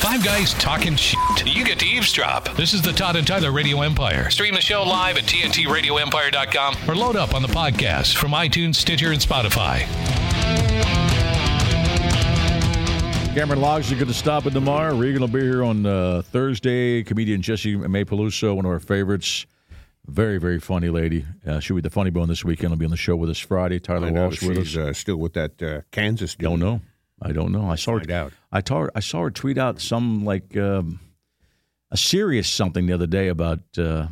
Five guys talking shit. You get to eavesdrop. This is the Todd and Tyler Radio Empire. Stream the show live at TNTRadioEmpire.com or load up on the podcast from iTunes, Stitcher, and Spotify. Cameron Logs are going to stop in tomorrow. Regan will be here on uh, Thursday. Comedian Jesse May Peluso, one of our favorites. Very, very funny lady. Uh, she'll be the funny bone this weekend. Will be on the show with us Friday. Tyler I know Walsh with us. she's uh, still with that uh, Kansas dude. Don't know. I don't know. I saw Find her. out. I saw her, I saw her tweet out some like um, a serious something the other day about uh,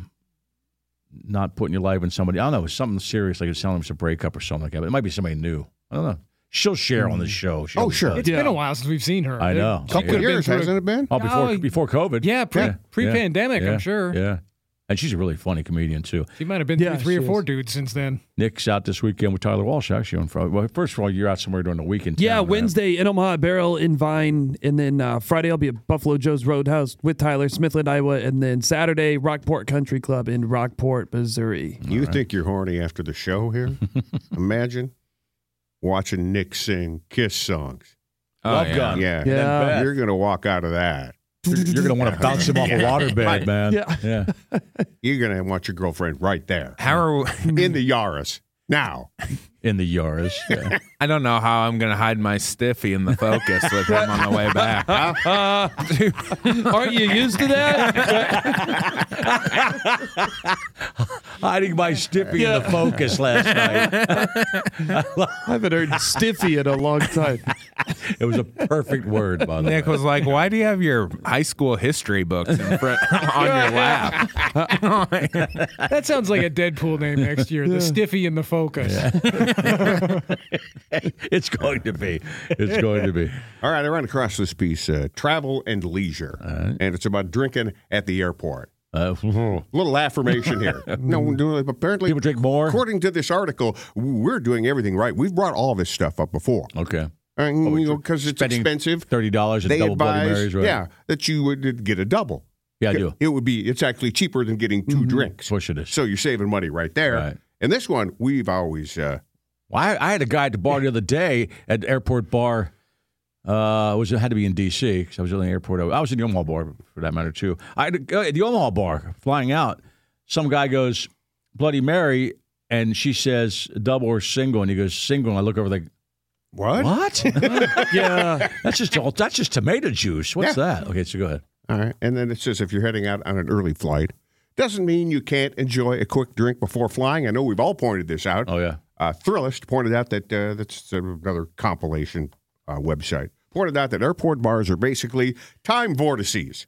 not putting your life in somebody. I don't know. Something serious like it's telling them to break up or something like that. But it might be somebody new. I don't know. She'll share on the show. She'll Oh, sure. be- It's been a while since we've seen her. I know. She Couple could have been years, through a- hasn't it been? Oh, before Oh, before COVID. yeah, pre- yeah, pre-pandemic, I'm yeah, sure. Yeah, and she's a really funny comedian too. She might have been Yeah, through three or she four is. dudes since then. Nick's out this weekend with Tyler Walsh. Actually, on Friday. Well, first of all, you're out somewhere during the weekend. Yeah, Wednesday in Omaha at Barrel in Vine, and then uh, Friday I'll be at Buffalo Joe's Roadhouse with Tyler Smithland, Iowa, and then Saturday Rockport Country Club in Rockport, Missouri. You think you're horny after the show here? Imagine watching Nick sing Kiss songs. Oh, Love Gun. Yeah. Yeah. You're going to walk out of that. You're, you're gonna want to bounce him off a waterbed, man. Yeah. yeah. You're going to want your girlfriend right there How are we, in the Yaris. Now, In the Yaris. Yeah. I don't know how I'm going to hide my stiffy in the focus with him on the way back. Aren't you used to that? Hiding my stiffy in the focus last night. I haven't heard stiffy in a long time. It was a perfect word, by the Nick way. was like, "Why do you have your high school history books in front on your lap?" That sounds like a Deadpool name next year. The Stiffy and the Focus. It's going to be. It's going to be. all right, I ran across this piece uh, Travel and Leisure, and it's about drinking at the airport. Uh, Little affirmation here. no, no, apparently, people drink more. according to this article, we're doing everything right. We've brought all this stuff up before. Okay. because it's Oh, spending expensive. Thirty dollars and They double advise, Bloody Marys, right? yeah, that you would get a double. Yeah, I do. It would be. It's actually cheaper than getting 2 drinks. Of course it is. So you're saving money right there. Right. And this one, we've always uh, Well, I, I had a guy at the bar the other day at the airport bar. Uh, it was it had to be in D.C. because I was in the airport. I was in the Omaha bar for that matter too. I had a guy at the Omaha bar flying out. Some guy goes Bloody Mary, and she says double or single, and he goes single. And I look over like what? what? Yeah. that's just all, that's just tomato juice. What's that? Okay, so go ahead. All right. And then it says if you're heading out on an early flight, doesn't mean you can't enjoy a quick drink before flying. I know we've all pointed this out. Oh yeah, uh, Thrillist pointed out that uh, that's another compilation uh, website. Pointed out that airport bars are basically time vortices. Mm-hmm.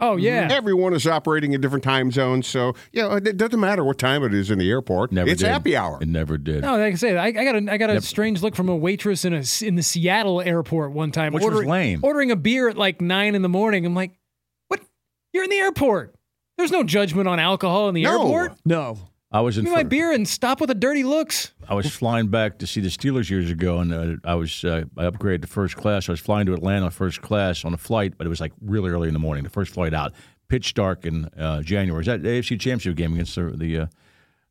Oh, yeah. Everyone is operating in different time zones, so you know it doesn't matter what time it is in the airport. never. it's did. happy hour. It never did. No, like I said, I, I got a, I got a strange look from a waitress in a s- in the Seattle airport one time. Which was lame. Ordering a beer at like nine in the morning. I'm like, what? You're in the airport. There's no judgment on alcohol in the No. airport. No. I was in Give me my fr- beer and stop with the dirty looks. I was flying back to see the Steelers years ago, and uh, I was uh, I upgraded to first class. I was flying to Atlanta first class on a flight, but it was like really early in the morning, the first flight out, pitch dark in uh, January. Is that the AFC Championship game against the the uh,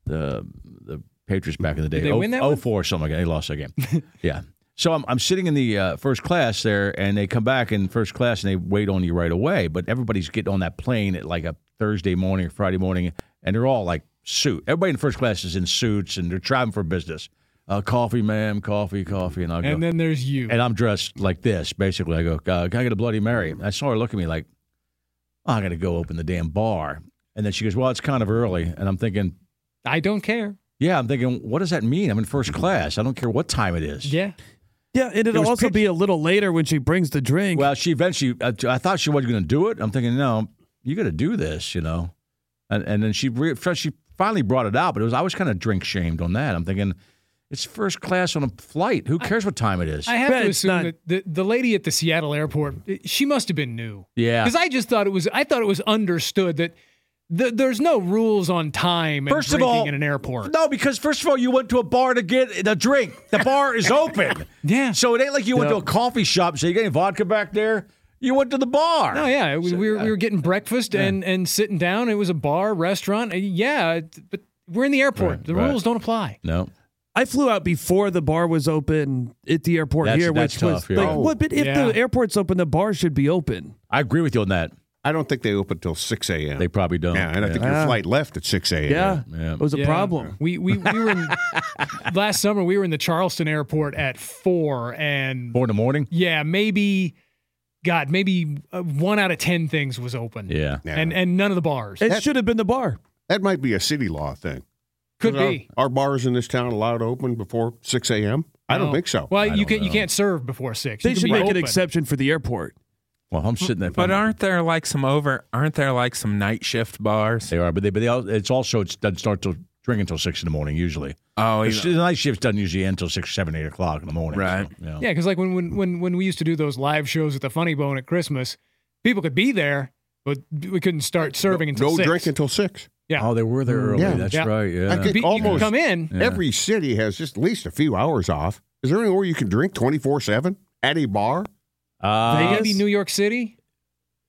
the, the Patriots back in the day? they Oh- win that one? 04 or something like that. They lost that game. yeah. So I'm, I'm sitting in the uh, first class there, and they come back in first class and they wait on you right away. But everybody's getting on that plane at like a Thursday morning or Friday morning, and they're all like suit. Everybody in first class is in suits and they're traveling for business. Uh, coffee, ma'am, coffee, coffee, and I'll go. And then there's you. and I'm dressed like this, basically. I go, uh, can I get a Bloody Mary? I saw her look at me like, oh, I got to go open the damn bar. And then she goes, well, it's kind of early. And I'm thinking, I don't care. yeah, I'm thinking, what does that mean? I'm in first class. I don't care what time it is. Yeah. Yeah, and it'll also be a little later when she brings the drink. Well, she eventually. I, I thought she wasn't going to do it. I'm thinking, no, you got to do this, you know. And and then she re- she finally brought it out, but it was I was kind of drink shamed on that. I'm thinking, It's first class on a flight. Who cares what time it is? I have Bet to it's assume not- that the, the lady at the Seattle airport, it- she must have been new. Yeah. Because I just thought it was, I thought it was understood that th- there's no rules on time and First of drinking all, in an airport. No, because first of all, you went to a bar to get a drink. The bar is open. Yeah. So it ain't like you went to Yeah. a coffee shop. So you got any vodka back there? You went to the bar. No, Oh, yeah, we, we, were, we were getting breakfast and, and sitting down. It was a bar, restaurant. Uh, Yeah, it- but we're in the airport. Right, the right. rules don't apply. No. I flew out before the bar was open at the airport That's- here, that's which tough, was yeah. like, what? But if Yeah. the airport's open, the bar should be open. I agree with you on that. I don't think they open till six a.m. They probably don't. yeah, and I think your Yeah. flight left at six a.m. Yeah, Yeah. it was a Yeah. problem. We we, we were in, last summer. We were in the Charleston airport at four, and Four in the morning. yeah, maybe, God, maybe uh, one out of ten things was open. Yeah. Yeah. and and none of the bars It should have been the bar. that might be a city law thing. could Our- be. Are, bars in this town allowed to open before six a.m.? I don't No. think so. Well, you don't can you know. can't serve before six. They You can should be make an open. exception for the airport. Well, I'm sitting there. But aren't there like some over? Aren't there like some night shift bars? they are? But they. But they. All, it's also it doesn't start till drink until six in the morning usually. Oh, It's- The night shift doesn't usually end till six, seven, eight o'clock in the morning. Right. So, yeah. Yeah, because like when, when when when we used to do those live shows at the Funny Bone at Christmas, people could be there, but we couldn't start serving until no six. drink until six. Yeah. Oh, they were there early. Mm, Yeah. That's Yeah. right. Yeah. I think Be- you could almost come in. Yeah. Every city has just at least a few hours off. Is there anywhere you can drink 24 7 at a bar? Uh, Vegas? Maybe New York City.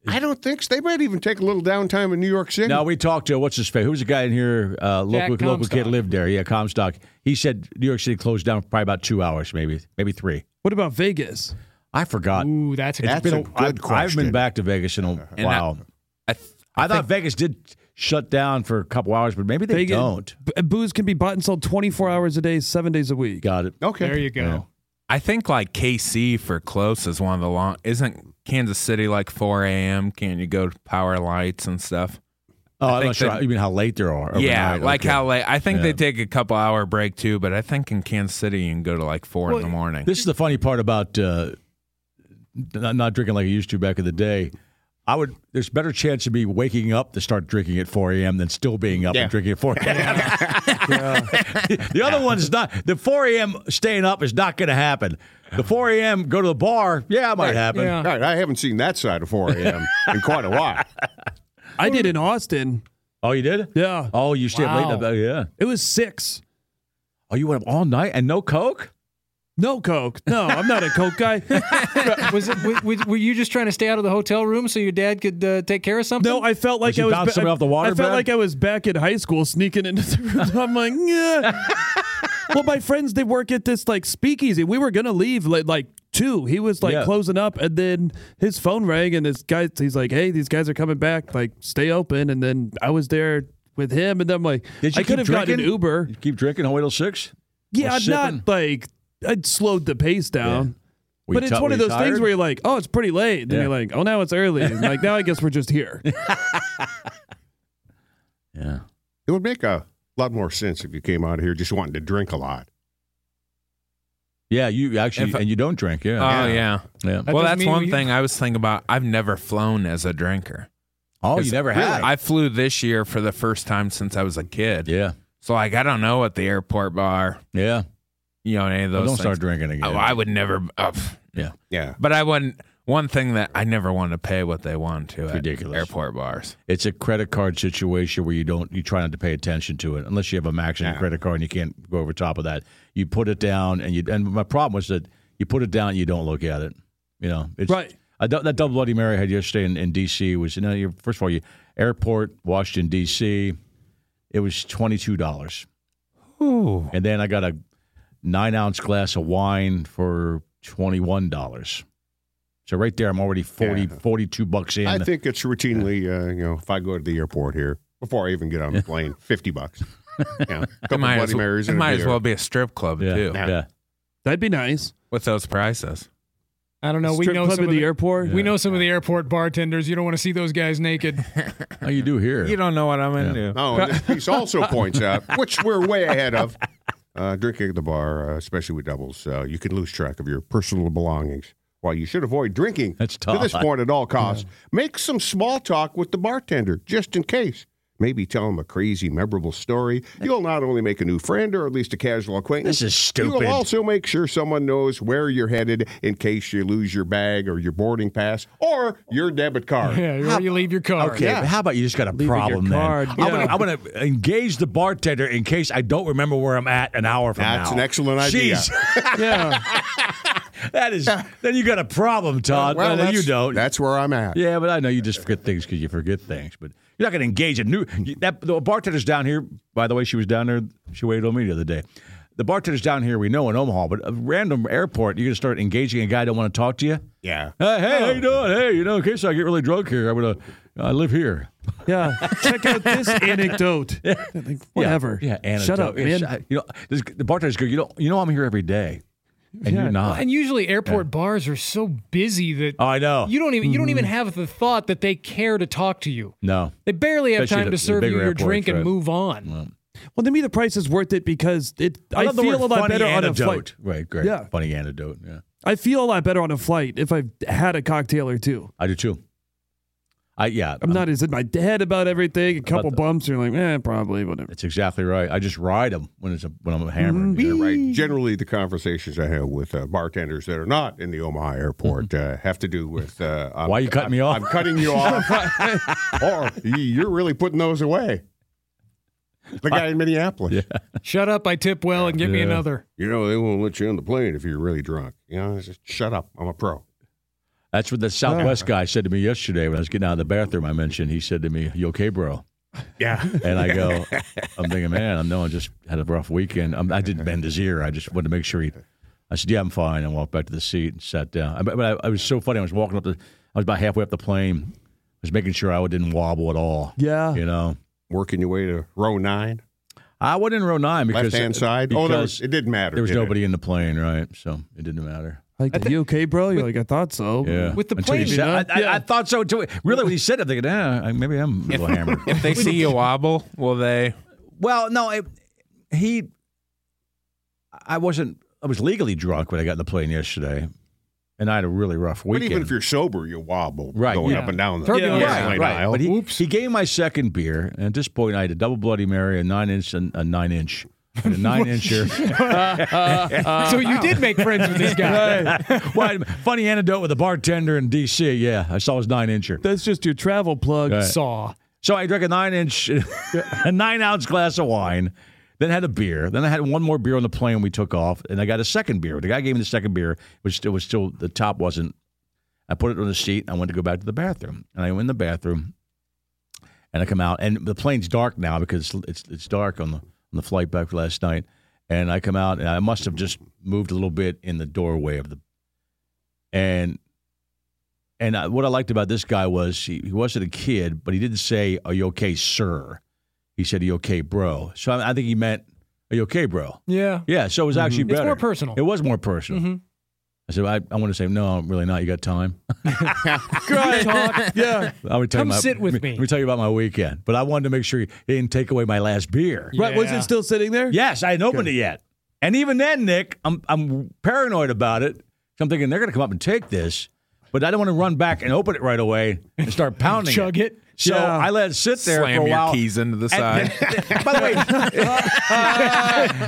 I don't think so. They might even take a little downtime in New York City. No, we talked to what's his face? Who was the guy in here? Uh, Jack local local kid Comstock. lived there. Yeah, Comstock. He said New York City closed down for probably about two hours, maybe maybe three. What about Vegas? I forgot. Ooh, that's a That's good a point. good I've, question. Uh-huh. I've been back to Vegas in a And while. I, th- I, thought Vegas did shut down for a couple hours, but maybe they Vegas- don't. B- uh, booze can be bought and sold 24 hours a day, seven days a week. Got it. Okay. There you go. Yeah. I think like KC for close is one of the long. Isn't Kansas City like 4 a.m.? Can you go to power lights and stuff? Oh, I'm think not sure. that- you mean how late there are? yeah, overnight. like Okay. how late? I think Yeah. they take a couple hour break too, but I think in Kansas City you can go to like four Well, in the morning. This is the funny part about uh, not, not drinking like I used to back in the day. I would. There's better chance of me waking up to start drinking at 4 a.m. than still being up Yeah. and drinking at 4 a.m. the other one's not. The 4 a.m. staying up is not going to happen. The 4 a.m. go to the bar, yeah, it might happen. Yeah. All right. I haven't seen that side of 4 a.m. in quite a while. I did in Austin. Oh, you did? Yeah. Oh, you stayed Wow. late. in the- yeah. It was six. Oh, you went up all night and no coke. No Coke. No, I'm not a Coke guy. was it, w- w- were you just trying to stay out of the hotel room so your dad could uh, take care of something? No, I felt like Did you I was bounce somebody off the water I felt bed? like I was back in high school sneaking into the room. I'm like, yeah. well, my friends they work at this like speakeasy. We were gonna leave like like two. He was like Yeah. closing up, and then his phone rang, and this guy he's like, hey, these guys are coming back. Like, stay open. And then I was there with him, and then I'm like, Did you I could keep have gotten an drinking? Uber. You keep drinking all the way till six. Or Yeah, I'm sipping? not like I slowed the pace down. Were you But it's ti- one were of you those things tired? where you're like, oh, it's pretty late. And Yeah. then you're like, oh, now it's early. And like, now I guess we're just here. yeah. It would make a lot more sense if you came out of here just wanting to drink a lot. Yeah, you actually If I- and you don't drink. oh Yeah, yeah. yeah. That well, doesn't that's mean one we- thing I was thinking about. I've never flown as a drinker. Oh, you never had. it. I flew this year for the first time since I was a kid. Yeah, So like I don't know what the airport bar, yeah. you know, any of Well, those. don't things. Oh, start drinking again. I, I would never. Uh, pff. yeah, Yeah. but I wouldn't. One thing that I never want to pay what they want to at ridiculous. airport bars. it's a credit card situation where you don't you try not to pay attention to it unless you have a max on your Yeah. credit card and you can't go over top of that. You put it down and you and my problem was that you put it down and you don't look at it. You know, it's Right. I don't- that double Bloody Mary I had yesterday in, in D.C. was you know you first of all you airport Washington D.C. It was twenty two dollars. Ooh. And then I got a nine ounce glass of wine for twenty one dollars. So right there, I'm already 40, Yeah. 42 bucks in. I think it's routinely, uh, you know, if I go to the airport here before I even get on the plane, 50 bucks. Yeah. A couple might, Bloody as, Marys it and a might as beer. well be a strip club yeah, too yeah. That'd be nice. with those prices. I don't know. We Strip know club some at of the the, airport. we know some of the airport bartenders. You don't want to see those guys naked. Oh, you do here. You don't know what I'm into. Oh, and this piece also points out, which we're way ahead of, uh, drinking at the bar, uh, especially with doubles, uh, you can lose track of your personal belongings. While you should avoid drinking That's to this tough. point at all costs, make some small talk with the bartender just in case. Maybe tell him a crazy, memorable story. You'll not only make a new friend or at least a casual acquaintance. This is You'll stupid. also make sure someone knows where you're headed in case you lose your bag or your boarding pass or your debit card. Yeah, or you leave your car. Okay, but how about you just got a your problem then? card, I'm, gonna, I'm gonna engage the bartender in case I don't remember where I'm at an hour from That's now. an excellent idea. Jeez, Yeah. that is. Then you got a problem, Todd. Well, and then you that's- don't. That's where I'm at. Yeah, but I know you just forget things because you forget things. But you're not going to engage a new. you- That the bartender's down here. By the way, she was down there. She waited on me the other day. The bartender's down here. We know in Omaha, but a random airport, you're going to start engaging a guy that don't want to talk to you. Yeah. Hey, hey, Oh. how you doing? Hey, you know, in case I get really drunk here, I'm gonna. I live here. Yeah. Check out this anecdote. Like, whatever. Yeah, yeah Shut up, anecdote. Yeah, man. shut- you know, this, the bartender's go. You know, you know, I'm here every day, and you're not. And usually airport bars are so busy that oh, I know. you don't even you don't even have the thought that they care to talk to you. no, They barely have Especially time the- to the serve you bigger your airports, drink right. and move on. Well, to me, the price is worth it because it. I, love the feel word a lot funny better anecdote. on a flight. Right, great. Yeah. funny anecdote. Yeah. I feel a lot better on a flight if I've had a cocktail or two. I do too. I yeah. I'm not as in my head about everything. A couple Uh-huh. the- bumps, you're like, eh, probably whatever. That's exactly right. I just ride them when it's a, when I'm Mm-hmm. hammering. You're right. Generally, the conversations I have with uh, bartenders that are not in the Omaha airport uh, have to do with uh, I'm- Mm-hmm. Why you cutting me I'm- off? I'm cutting you off, or y- you're really putting those away. The guy in Minneapolis. Shut up, I tip well and get me another. You know they won't let you on the plane if you're really drunk. You know, just shut up. I'm a pro. That's what the Southwest guy said to me yesterday when I was getting out of the bathroom. I mentioned he said to me, "You okay, bro?" Yeah. And I go, "I'm thinking, man, I know I just had a rough weekend. I'm, I didn't bend his ear. I just wanted to make sure he." I said, "Yeah, I'm fine," and walked back to the seat and sat down. I, but I, I was so funny. I was walking up the, I was about halfway up the plane. I was making sure I didn't wobble at all. Yeah. You know, Working your way to row nine, I wasn't in row nine because uh, left hand side. oh, there was, because it didn't matter. there was did it? nobody in the plane, right? So it didn't matter. Like, are you okay, bro? You're like, I thought so. Yeah. With the Until he plane, said- dude, I, I- yeah. I thought so too. Really, when he said it, I'm thinking, eh, I- maybe I'm a little hammered. If they see you wobble, will they? well, no, it, he. I wasn't. I was legally drunk when I got in the plane yesterday, and I had a really rough But weekend. even if you're sober, you wobble Right, going yeah. up and down the Turbulence. yeah, Right, plane right, aisle. but he, he gave my second beer, and at this point, I had a double Bloody Mary, a nine inch, and a nine inch, and a nine incher. so you did make friends with this guy. Why- funny anecdote with a bartender in D.C. Yeah, I saw his nine incher. That's just your travel plug. Saw. So I drank a nine inch, a nine ounce glass of wine, then had a beer. Then I had one more beer on the plane. We took off, and I got a second beer. The guy gave me the second beer, which it was still the top wasn't. I put it on the seat. And I went to go back to the bathroom, and I went in the bathroom, and I come out, and the plane's dark now because it's it's dark on the on the flight back last night. And I come out, and I must have just moved a little bit in the doorway of the, and and I, what I liked about this guy was he, he wasn't a kid, but he didn't say, Are you okay, sir? He said, Are you okay, bro? So I, I think he meant, Are you okay, bro? Yeah. Yeah, so it was actually Mm-hmm. It's better. more personal. Mm-hmm. It was more personal. I said, I, I want to say, No, I'm really not. You got time? Yeah. I would tell Come you my- sit with let me. Let me tell you about my weekend. But I wanted to make sure he didn't take away my last beer. Right. Was Yeah. it still sitting there? Yes, I hadn't opened it yet. And even then, Nick, I'm I'm paranoid about it. So I'm thinking they're going to come up and take this, but I don't want to run back and open it right away and start pounding Chug it. So Yeah. I let it sit there for a Slam your while. keys into the And- side. by the way,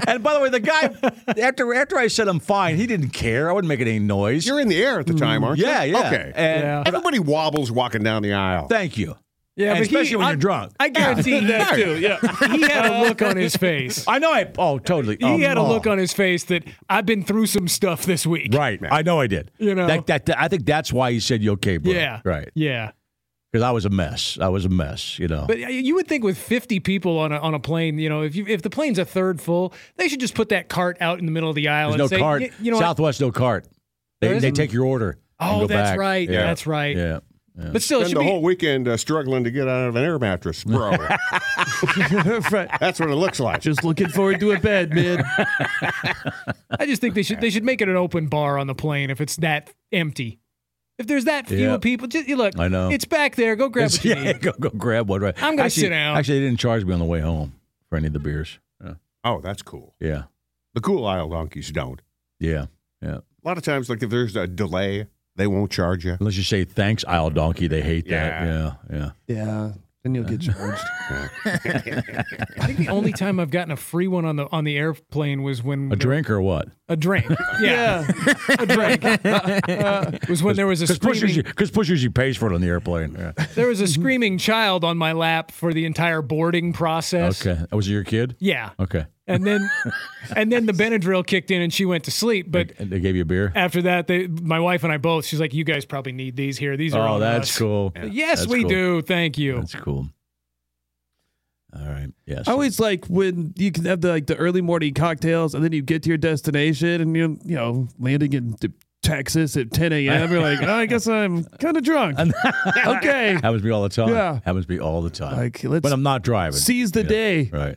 and by the way, the guy after after I said I'm fine, he didn't care. I wouldn't make any noise. You're in the air at the time, aren't Mm, yeah, you? yeah. Okay. And Yeah. Everybody wobbles walking down the aisle. thank you. Yeah, And but he- especially when I- you're drunk. I guarantee That too. Yeah. he had a look on his face. I know. I oh totally. He had a look on his face that I've been through some stuff this week. Right, I know I did. You know. that, that, that- I think that's why he said you okay, bro. Yeah. right. Yeah. because I was a mess. I was a mess, you know. But uh, you would think with 50 people on a, on a plane, you know, if you if the plane's a third full, they should just put that cart out in the middle of the aisle There's and no say, cart. "Y- you know, what? Southwest no cart. They, There they isn't. take your order. and Oh, go that's back. right. That's right. Yeah. yeah. but still, it Spend should the be. whole weekend uh, struggling to get out of an air mattress, bro. right. That's what it looks like. Just looking forward to a bed, man. I just think they should they should make it an open bar on the plane if it's that empty. If there's that few Yeah. people, just you look. I know. it's back there. Go grab It's- what you yeah, need. go go grab one. Right. I'm gonna Actually- sit down. Actually, they didn't charge me on the way home for any of the beers. Yeah. oh, that's cool. Yeah. The cool aisle donkeys don't. Yeah. Yeah. A lot of times, like if there's a delay, they won't charge you. Unless you say thanks, aisle donkey. They hate that. Yeah. Yeah. Yeah. Then you'll get charged. I think the only time I've gotten a free one on the on the airplane was when A drink or what? a drink. Yeah, a drink. Uh, was when there was a Because Pushers, screaming, because Pushers, you Mm-hmm. pays for it on the airplane. Yeah. there was a screaming child on my lap for the entire boarding process. Okay, was it your kid? Yeah. Okay, And then, and then the Benadryl kicked in and she went to sleep. But and they gave you a beer. after that, they, my wife and I both. She's like, "You guys probably need these here. These are Oh, all that's us." cool. Yes, That's we cool. do. Thank you. That's cool. All right. Yes. I always like when you can have the like the early morning cocktails, and then you get to your destination, and you you know landing in t- Texas at 10 a.m. You're like, oh, I guess I'm kind of drunk. okay, happens to me all the time. Yeah. Happens to me all the time. like let's but I'm not driving. seize the Yeah. day. Right.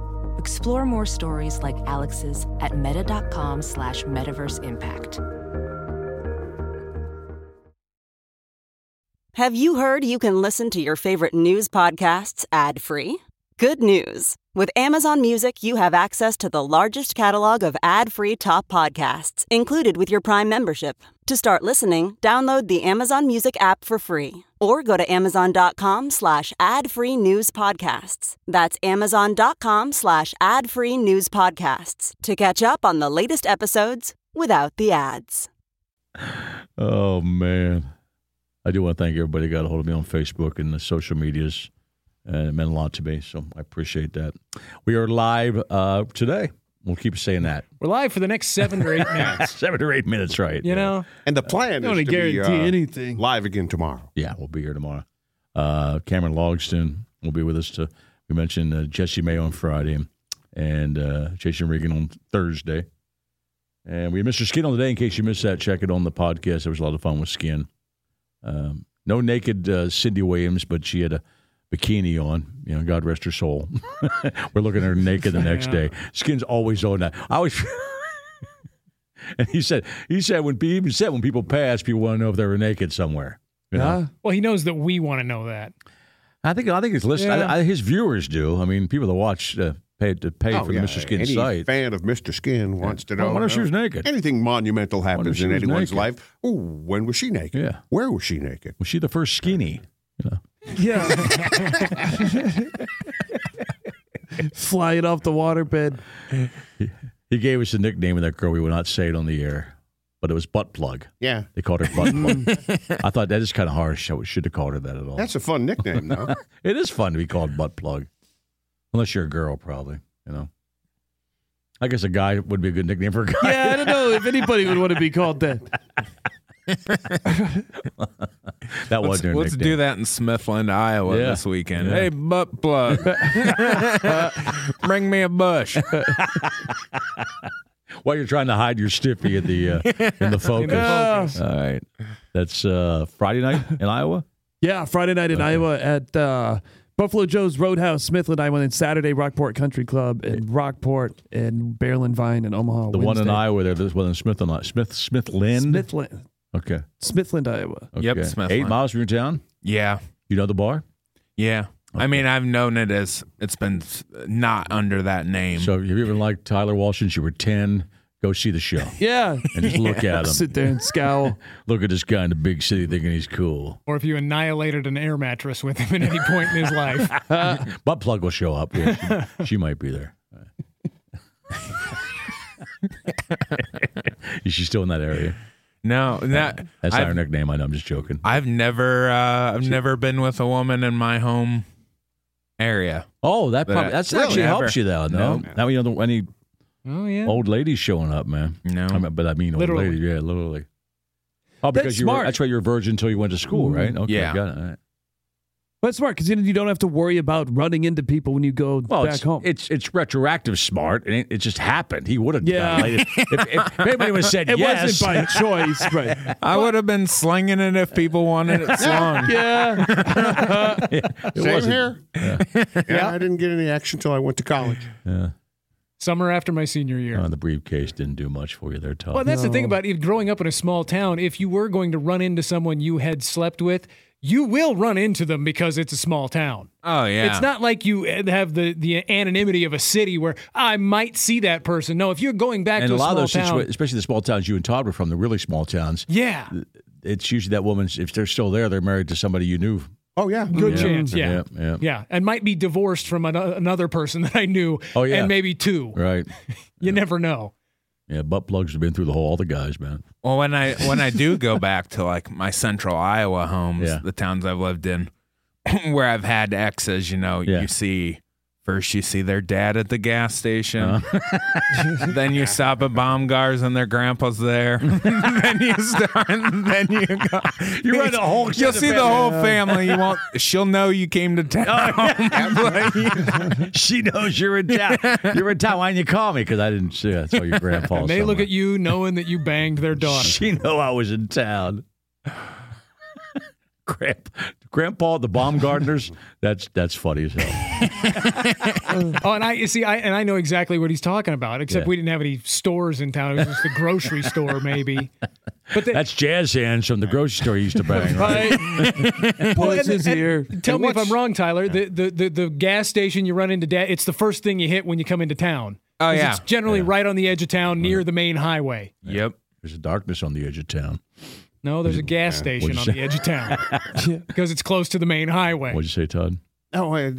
Explore more stories like Alex's at meta.com slash metaverse impact. Have you heard you can listen to your favorite news podcasts ad free? Good news! With Amazon Music, you have access to the largest catalog of ad free top podcasts included with your Prime membership. To start listening, download the Amazon Music app for free or go to amazon.com slash ad free news podcasts. That's amazon.com slash ad free news podcasts to catch up on the latest episodes without the ads. Oh man. I do want to thank everybody who got a hold of me on Facebook and the social medias. Uh, it meant a lot to me, so I appreciate that. We are live uh, today. We'll keep saying that. We're live for the next seven or eight minutes. Seven or eight minutes, right? You know, And the plan Don't is to guarantee be, uh, anything. live again tomorrow. Yeah, we'll be here tomorrow. Uh, Cameron Logston will be with us. To we mentioned uh, Jesse May on Friday, and uh, Jason Regan on Thursday, and we had Mr. Skin on today. In case you missed that, check it on the podcast. There was a lot of fun with Skin. Um, no naked uh, Cindy Williams, but she had a bikini on. You know, God rest her soul. We're looking at her naked the next day. Skin's always on that. I always. and he said, he said when he even said when people pass, people want to know if they were naked somewhere. You know? Huh? well, he knows that we want to know that. I think I think his list. Yeah. I, I, his viewers do. I mean, people that watch uh, pay to pay for the Mr. Skin Oh, Any site. fan of Mr. Skin wants to I know. wonder if she uh, was naked. Anything monumental Wonder if happens she in was anyone's naked. life. Ooh, when was she naked? Yeah. Where was she naked? Was she the first skinny? Yeah, fly it off the waterbed. He gave us a nickname of that girl. We will not say it on the air, but it was butt plug. Yeah. They called her butt plug. I thought that is kind of harsh. I should have called her that at all. That's a fun nickname, though. it is fun to be called butt plug, unless you're a girl, probably. You know. I guess a guy would be a good nickname for a guy. Yeah, I don't know if anybody would want to be called that. That Let's, was their let's nickname. do that in Smithland, Iowa Yeah. this weekend. Yeah. Hey, butt plug. Bring me a bush. while you're trying to hide your stiffy in the uh, in the focus. Uh, All right, that's uh, Friday night in Iowa. Yeah, Friday night in Iowa at uh, Buffalo Joe's Roadhouse, Smithland, Iowa, and then Saturday Rockport Country Club in Rockport and Barrel and Vine in Omaha. The one in Iowa there, this one in Smith Smith Smith Lynn. Smithland, Okay. Smithland, Iowa. okay. Yep, Smithland. Eight miles from your town. Yeah. You know the bar? Yeah. I mean, I've known it as it's been s- not under that name. So have you ever liked Tyler Walsh since you were ten? Go see the show Yeah, and just look at him. sit there and scowl. Look at this guy in the big city thinking he's cool. Or if you annihilated an air mattress with him at any point in his life. Butt plug will show up. Yeah, she, she might be there. Is she still in that area? no, that, That's not her I've, nickname. I know. I'm just joking. I've never, uh, I've never been with a woman in my home area. Oh, that But, probably uh, that's really actually never. helps you though. No, No. now you know the, any Oh yeah. old ladies showing up, man. No. I mean, but I mean old Literally. lady, yeah, literally. Oh, That's because you were, smart. that's why you're a virgin until you went to school, right? Okay, Mm-hmm. Yeah. got it. all right. That's smart because then you don't have to worry about running into people when you go Well, back it's, home. it's it's retroactive smart, and it, it just happened. He would have Yeah. done it. If, if anybody would have said Uh, It yes, wasn't by choice, right? I would have been slinging it if people wanted it slung. Yeah. it Same wasn't. here. Yeah. I didn't get any action until I went to college. Summer after my senior year. Oh, the briefcase didn't do much for you there, Todd. Well, that's the thing about if growing up in a small town. If you were going to run into someone you had slept with, you will run into them because it's a small town. Oh yeah. It's not like you eh, have the, the anonymity of a city where I might see that person. No, if you're going back and to a a, lot of small those town, situations, especially the small towns you and Todd were from, the really small towns. yeah, It's usually that woman's. If they're still there, they're married to somebody you knew. Oh yeah. good chance, yeah. yeah, yeah. Yeah, and might be divorced from an- another person that I knew. Oh, yeah. and maybe two. Right. You never know. Yeah, butt plugs have been through the whole. All the guys, man. Well, when I when I do go back to like my central Iowa homes, Yeah. the towns I've lived in, where I've had exes, you know, Yeah. you see first you see their dad at the gas station, Uh-huh. then you stop at Baumgar's and their grandpa's there, then you start, then you go, You run the whole you'll extended see the family. Oh, whole family. You won't, she'll know you came to town. she knows you're in town. You're in town. Why didn't you call me? Because I didn't see. I saw your grandpa. And they look at you knowing that you banged their daughter. She know I was in town. Grand, grandpa, the bomb gardeners. That's that's funny as hell. Oh, and I you see, I and I know exactly what he's talking about. Except Yeah. we didn't have any stores in town. It was just the grocery store, maybe. But the, That's jazz hands from the grocery store he used to bang. Right? Right. Well, Voice and- is and here. Tell And me if what's- I'm wrong, Tyler. The, the the the gas station you run into, dad, it's the first thing you hit when you come into town. Oh, 'Cause yeah. it's generally right on the edge of town, near the main highway. yep. There's a darkness on the edge of town. No, there's a gas station you on say? the edge of town because it's close to the main highway. What'd you say, Todd? Oh, I,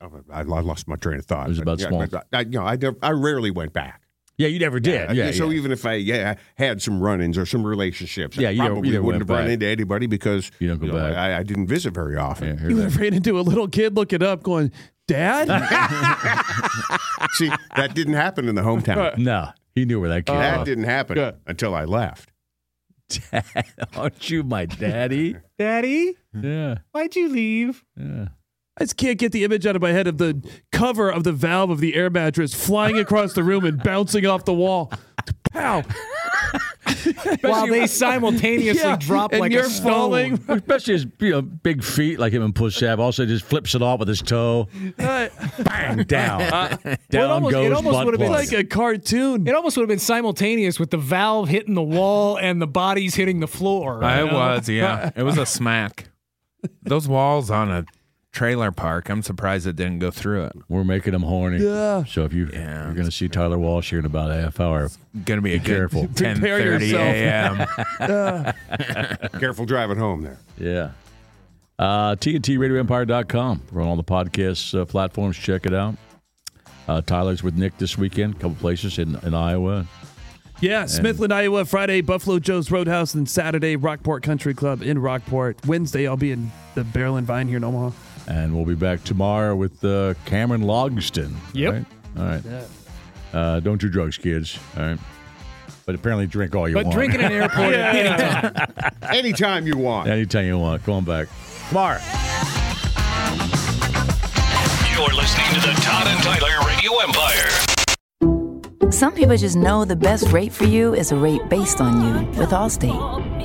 I, I lost my train of thought. It was But, about yeah, small. but I, you know, I, never, I rarely went back. Uh, Yeah, you never did. Yeah, yeah. so even if I yeah had some run-ins or some relationships, Yeah, I you never- probably you never wouldn't went have run back. into anybody because You don't go know, back. I, I didn't visit very often. Yeah, hear You that. ran into a little kid looking up, going, "Dad." See, that didn't happen in the hometown. No, he knew where that came that from. didn't happen Good. until I left. Dad, aren't you my daddy? Daddy, yeah, why'd you leave? yeah. I just can't get the image out of my head of the cover of the valve of the air mattress flying across the room and bouncing off the wall. Pow! While they simultaneously Yeah, drop and like you're a stone. falling. Especially his you know, big feet, like him and Push Sav. Also, just flips it off with his toe. Uh, Bang, down. Well, it down almost- it goes almost butt would've been plug. like a cartoon. It almost would have been simultaneous with the valve hitting the wall and the bodies hitting the floor. I you know? was, yeah. It was a smack. Those walls on a trailer park, I'm surprised it didn't go through it. We're making him horny. Yeah. So if you, Yeah. you're going to see Tyler Walsh here in about a half hour. Gonna be a good careful. 10 Prepare 30 yourself. a.m. Careful driving home there. Yeah. Uh, TNTRadioEmpire.com. We're on all the podcast uh, platforms. Check it out. Uh, Tyler's with Nick this weekend, a couple places in, in Iowa. Yeah, Smithland, Iowa, Friday, Buffalo Joe's Roadhouse, and Saturday, Rockport Country Club in Rockport. Wednesday, I'll be in the Barrel and Vine here in Omaha. And we'll be back tomorrow with uh, Cameron Logston. Yep. Right? All right. Uh, don't do drugs, kids. All right. But apparently, drink all you But want. drink in an airport at any time. Anytime you want. Anytime you want. Come on back. Tomorrow. You're listening to the Todd and Tyler Radio Empire. Some people just know the best rate for you is a rate based on you with Allstate,